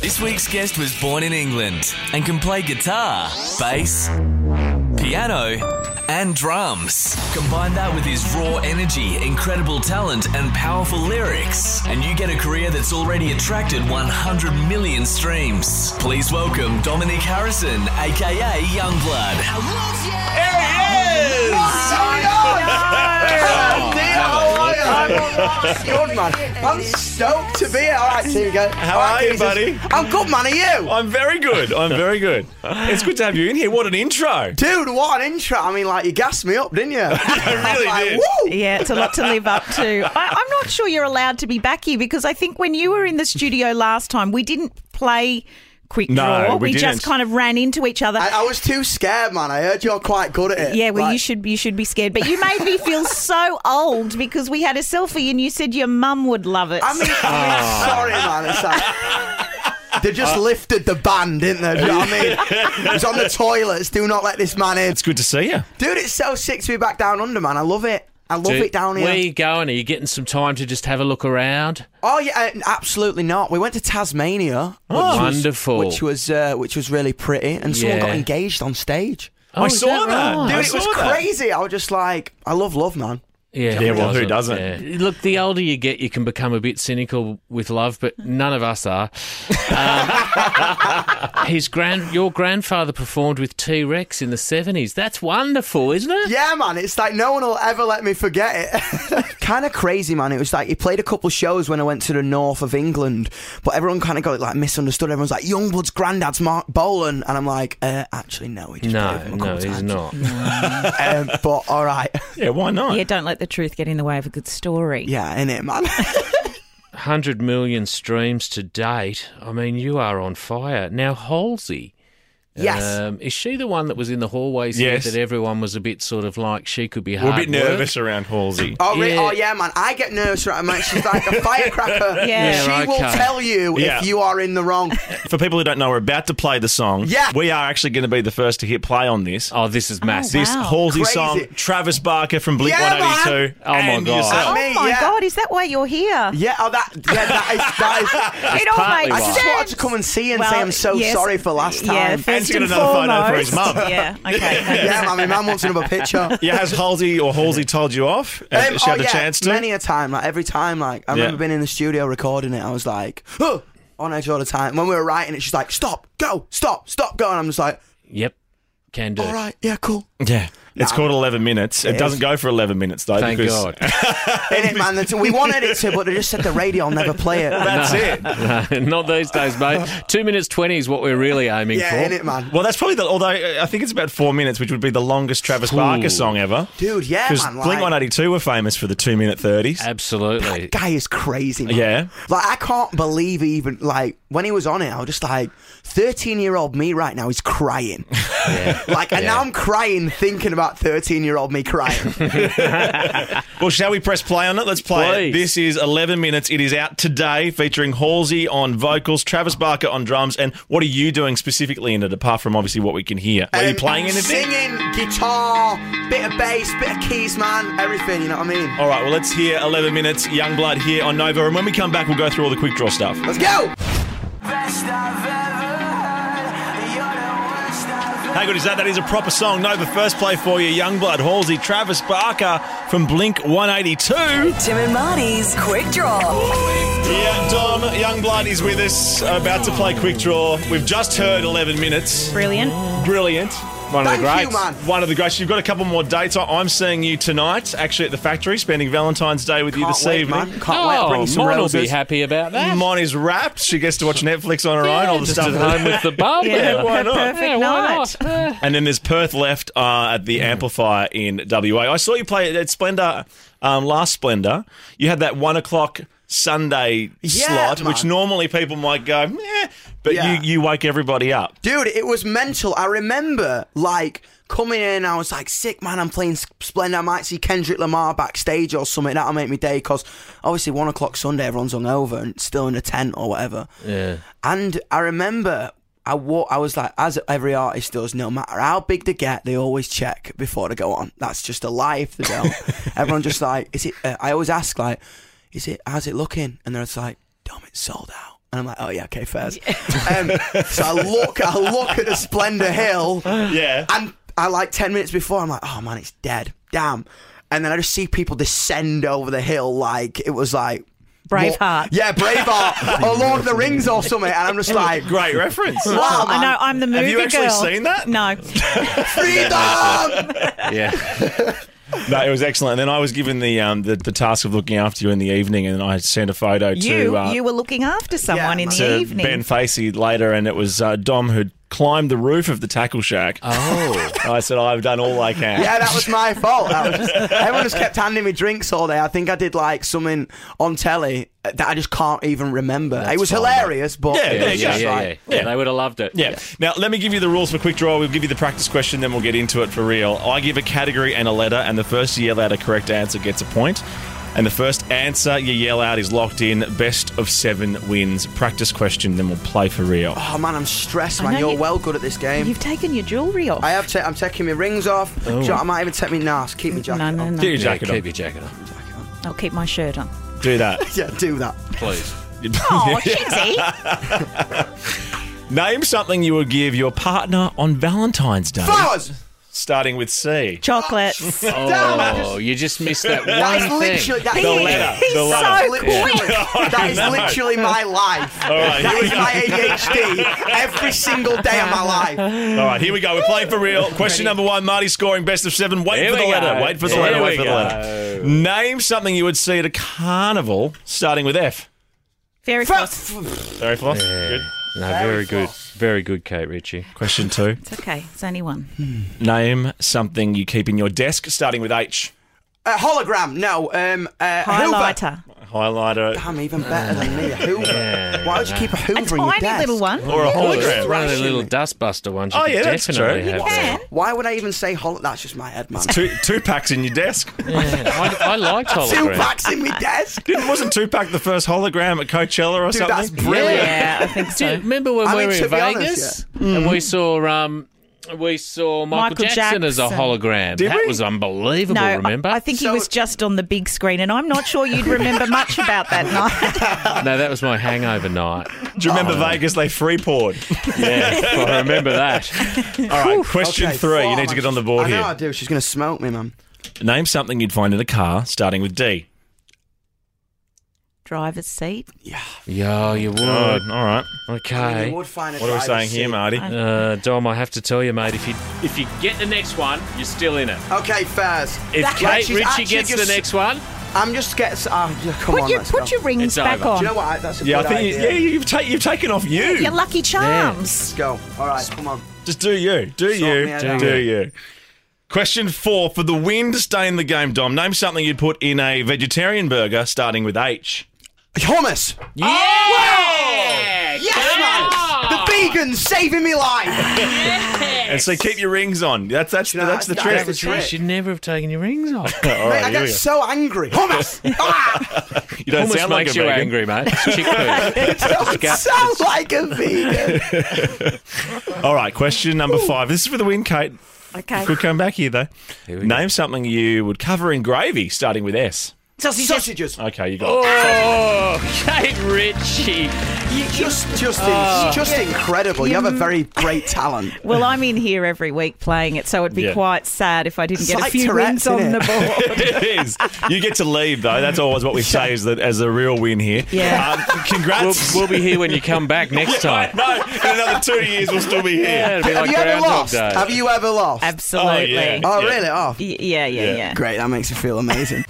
This week's guest was born in England and can play guitar, bass, piano, and drums. Combine that with his raw energy, incredible talent, and powerful lyrics, and you get a career that's already attracted 100 million streams. Please welcome Dominic Harrison, aka Youngblood. Good man. I'm stoked to be here. All right, here we go. How All right, are you, Jesus. buddy? I'm good, man. Are you? I'm very good. I'm very good. It's good to have you in here. What an intro. Dude, what an intro. I mean, like, you gassed me up, didn't you? I really like, did. Woo! Yeah, it's a lot to live up to. I, I'm not sure you're allowed to be back here because I think when you were in the studio last time, we didn't play quick No, draw. we just didn't. kind of ran into each other. I, I was too scared, man. I heard you're quite good at it. yeah, well, you Like, should you should be scared, but you made me feel so old because we had a selfie and you said your mum would love it. I mean, I mean sorry, man. It's like. They just lifted the ban, didn't they? Do you know what I mean? it was on the toilets. Do not let this man in. It's good to see you. Dude, it's so sick to be back down under, man. I love it. I love Dude, it down here. Where are you going? Are you getting some time to just have a look around? Oh yeah, uh, absolutely not. We went to Tasmania. Oh. which was- Wonderful. Which was uh, which was really pretty, and someone got Yeah. engaged on stage. Oh, I is saw that. right? Dude, I it was saw that. crazy. I was just like, I love love, man. Yeah, Yeah, well, who doesn't? Yeah. Look, the older you get, you can become a bit cynical with love, but none of us are. Um, his grand, your grandfather performed with T Rex in the seventies. That's wonderful, isn't it? Yeah, man. It's like no one will ever let me forget it. kind of crazy, man. It was like he played a couple shows when I went to the north of England, but everyone kind of got it like misunderstood. Everyone's like, Youngblood's granddad's Mark Bolan, and I'm like, uh, actually, no, he just played with him a No, no, couple he's times. not. Um, but all right, Yeah, why not? yeah, don't let the truth get in the way of a good story. yeah, in it, man. Hundred million streams to date. I mean, you are on fire now, Halsey. yes. Um, is she the one that was in the hallways Yes. here that everyone was a bit sort of like she could be hard We're a bit work? nervous around Halsey. Oh, yeah. Yeah. oh yeah, man. I get nervous right man. She's like a firecracker. Yeah. She Yeah, will okay. tell you Yeah. if you are in the wrong. For people who don't know, we're about to play the song. Yeah. We are actually going to be the first to hit play on this. Oh, this is massive. This wow. Halsey Crazy. song, Travis Barker from Blink Yeah, man. 182. Oh, my and God. Oh yourself. Me, my yeah. God, is that why you're here? Yeah, oh, that, yeah, that is. That is It all partly makes I why. sense. just wanted to come and see you and say I'm so yes. sorry for last time. Yeah, Yeah, first And she got and another photo for his foremost. mum. Yeah, okay. man, my man wants another picture. Yeah, has Halsey or Halsey told you off? Has Um, she oh, had a yeah, chance to? Many a time, like every time, like I Yeah. remember being in the studio recording it, I was like, oh, on edge all the time. When we were writing it, she's like, stop, go, stop, stop, go, and I'm just like, Yep, can do. all right, yeah, cool. yeah. It's called 11 minutes. It, It doesn't is. go for 11 minutes, though. Thank because God. In it, man. That's- We wanted it to, but they just said the radio will never play it. That's it. Not these days, mate. Two minutes twenty is what we're really aiming yeah, in for. it, man. Well, that's probably the. Although uh, I think it's about four minutes, which would be the longest Travis Barker song ever. Dude, yeah, Because man. Blink like, 182 were famous for the two minute thirties. Uh, Absolutely. guy is crazy. Man. Yeah. like I can't believe he even like when he was on it, I was just like, thirteen-year-old me right now is crying. Like, and now I'm crying thinking about thirteen-year-old me crying. Well, shall we press play on it? Let's play it. Please. This is 11 minutes. It is out today, featuring Halsey on vocals, Travis Barker on drums, and what are you doing specifically in it? Apart from obviously what we can hear, are you Um, playing anything? Singing, guitar, bit of bass, bit of keys, man. Everything. You know what I mean? All right. Well, let's hear 11 minutes. Youngblood here on Nova, and when we come back, we'll go through all the quick draw stuff. Let's go. How good is that? That is a proper song. Nova first play for you. Youngblood, Halsey, Travis Barker from Blink 182. Tim and Marty's Quick Draw. Yeah, Dom Youngblood is with us, about to play Quick Draw. We've just heard 11 minutes. Brilliant. Brilliant. One of Thank the you, greats. man. One of the greats. You've got a couple more dates. I- I'm seeing you tonight, actually at the factory, spending Valentine's Day with you Can't this wait, evening. man. Can't wait. I'll bring you some Oh, Mon will roses. be happy about that. Mine is wrapped. She gets to watch Netflix on her own. All the Just stuff. at home with the bum. Yeah, why per- not? perfect Yeah, why night. not? Yeah. And then there's Perth left uh, at the Amplifier in WA. I saw you play at Splendor um, last Splendor. You had that one o'clock Sunday Yeah, slot, man. which normally people might go, eh, but Yeah. you, you wake everybody up. Dude, it was mental. I remember, like, coming in, I was like, sick, man, I'm playing S- Splendor. I might see Kendrick Lamar backstage or something. That'll make me day, because obviously, one o'clock Sunday, everyone's hungover and still in a tent or whatever. Yeah. And I remember. I, wa- I was like, as every artist does, no matter how big they get, they always check before they go on. That's just a lie if they don't. Everyone just like, is it? Uh, I always ask like, is it? How's it looking? And they're just like, damn, it's sold out. And I'm like, oh yeah, okay, fairs. Um, so I look, I look at the Splendor Hill, Yeah. and I like ten minutes before, I'm like, oh man, it's dead, damn. And then I just see people descend over the hill like it was like Braveheart. yeah, Braveheart, or Lord of the Rings or something. And I'm just like, Great reference. wow, I know. I'm the movie Have you actually girl. seen that? No. freedom. Yeah. No, it was excellent. And then I was given the, um, the the task of looking after you in the evening, and I sent a photo you to uh, you were looking after someone in the to evening. Ben Facey later, and it was uh, Dom who'd climbed the roof of the tackle shack. Oh. I said, I've done all I can. Yeah, that was my fault. That was just, everyone just kept handing me drinks all day. I think I did like something on telly that I just can't even remember. it was fine, hilarious, but Yeah, it yeah, was yeah, just yeah, like- yeah, yeah. They would have loved it. Yeah. Now, let me give you the rules for quick draw. We'll give you the practice question, then we'll get into it for real. I give a category and a letter, and the first to yell out a correct answer gets a point. And the first answer you yell out is locked in. Best of seven wins. Practice question, then we'll play for real. Oh man, I'm stressed, I man. know You're you- well good at this game. You've taken your jewellery off. I have. Ta- I'm taking my rings off. Do you know what, I might even take my nas. Keep my jacket. no, no, on. no. Do your Yeah, jacket keep on. your jacket on, I'll keep my shirt on. Do that. Yeah, do that. please. Oh, Chinsey. Name something you would give your partner on Valentine's Day. Flowers. Starting with C. Chocolates. Oh, you just missed that That is one literally. thing. That is The letter. He's The so letter. literally. quick. That is know. literally my life. All right, That here we is go. my ADHD every single day of my life. All right, here we go. We're playing for real. Question number one Marty scoring best of seven. Wait Here for the we go. letter. Wait for the Here letter. Wait we for the go. letter. Name something you would see at a carnival starting with F. Fairy floss. Sorry, Floss. Good. No, very good. Very good, Kate Ritchie. Question two. It's okay. It's only one. Name something you keep in your desk starting with H. Uh, hologram. No. Um. Uh, Hoover. Highlighter. Highlighter. Damn, even better than me. A Hoover. Why would you keep a Hoover A in your tiny desk? little one. Or a hologram. One of the thrashing little me. dustbuster ones. You Oh, could yeah, that's definitely true. have. Can. Why would I even say hologram? That's just my head, man. Two, two packs in your desk. Yeah, I, I liked Two hologram. packs in my desk. Didn't, wasn't Tupac the first hologram at Coachella or Dude, something? that's brilliant. Yeah, I think Do you so. remember when I we mean, were to in be honest, Vegas and we saw um, we saw Michael, Michael Jackson, as a Jackson. hologram? Did that we? was unbelievable. No, I- remember? I, think So- he was just on the big screen, and I'm not sure you'd remember much about that night. no, that was my hangover night. Do you remember Vegas? They free poured. Yeah, I remember that. All right, question Okay, three. You fuck, need man. to get on the board I know here. I do. She's going to smoke me, man. Name something you'd find in a car starting with D. Driver's seat. Yeah, you would. Oh, all right. Okay. find What are we saying here, Marty? Uh, Dom, I have to tell you, mate. If you if you get the next one, you're still in it. Okay, Faz. If Like, Kate she's Ritchie actually gets just- the next one, I'm just getting. Oh, yeah, come put on, your let's put go. your rings It's back over. on. Do you know what? I- That's a Yeah, I good think you, idea. yeah, you've, ta- you've taken off you. Your lucky charms. Let's go. All right, come on. Just do you. Do Sort me you. out. Do, Do you. Question four for the win to stay in the game, Dom. Name something you'd put in a vegetarian burger starting with H. Hummus. yeah, Yes, man. The vegan's saving me life. And so keep your rings on. That's that's know, that's the I- I- trick. That was- You should never have taken your rings off. All Mate, right, I here get we go. so angry. Hummus. ah, You don't Almost sound like a makes you vegan. angry, mate. It's chickpea. don't sound like a vegan. All right, question number five. This is for the win, Kate. Okay. Could come back here though. we go. Name something you would cover in gravy starting with S. Sausages. Okay, you got it. oh, Kate Ritchie. Oh. Just, just, in, just incredible. You have a very great talent. Well, I'm in here every week playing it, so it'd be Yeah. quite sad if I didn't It's get like a few Tourette's, wins on isn't the it? board. it is. You get to leave though. That's always what we say is that as a real win here. Yeah. Um, congrats. We'll be here when you come back next time. no, in another two years we'll still be here. Yeah, it'll be Have like you ever Groundhog lost? Day. Have you ever lost? Absolutely. Oh, yeah. Oh, Yeah. really? Oh, Y- yeah, yeah, Yeah. yeah. great. That makes me feel amazing.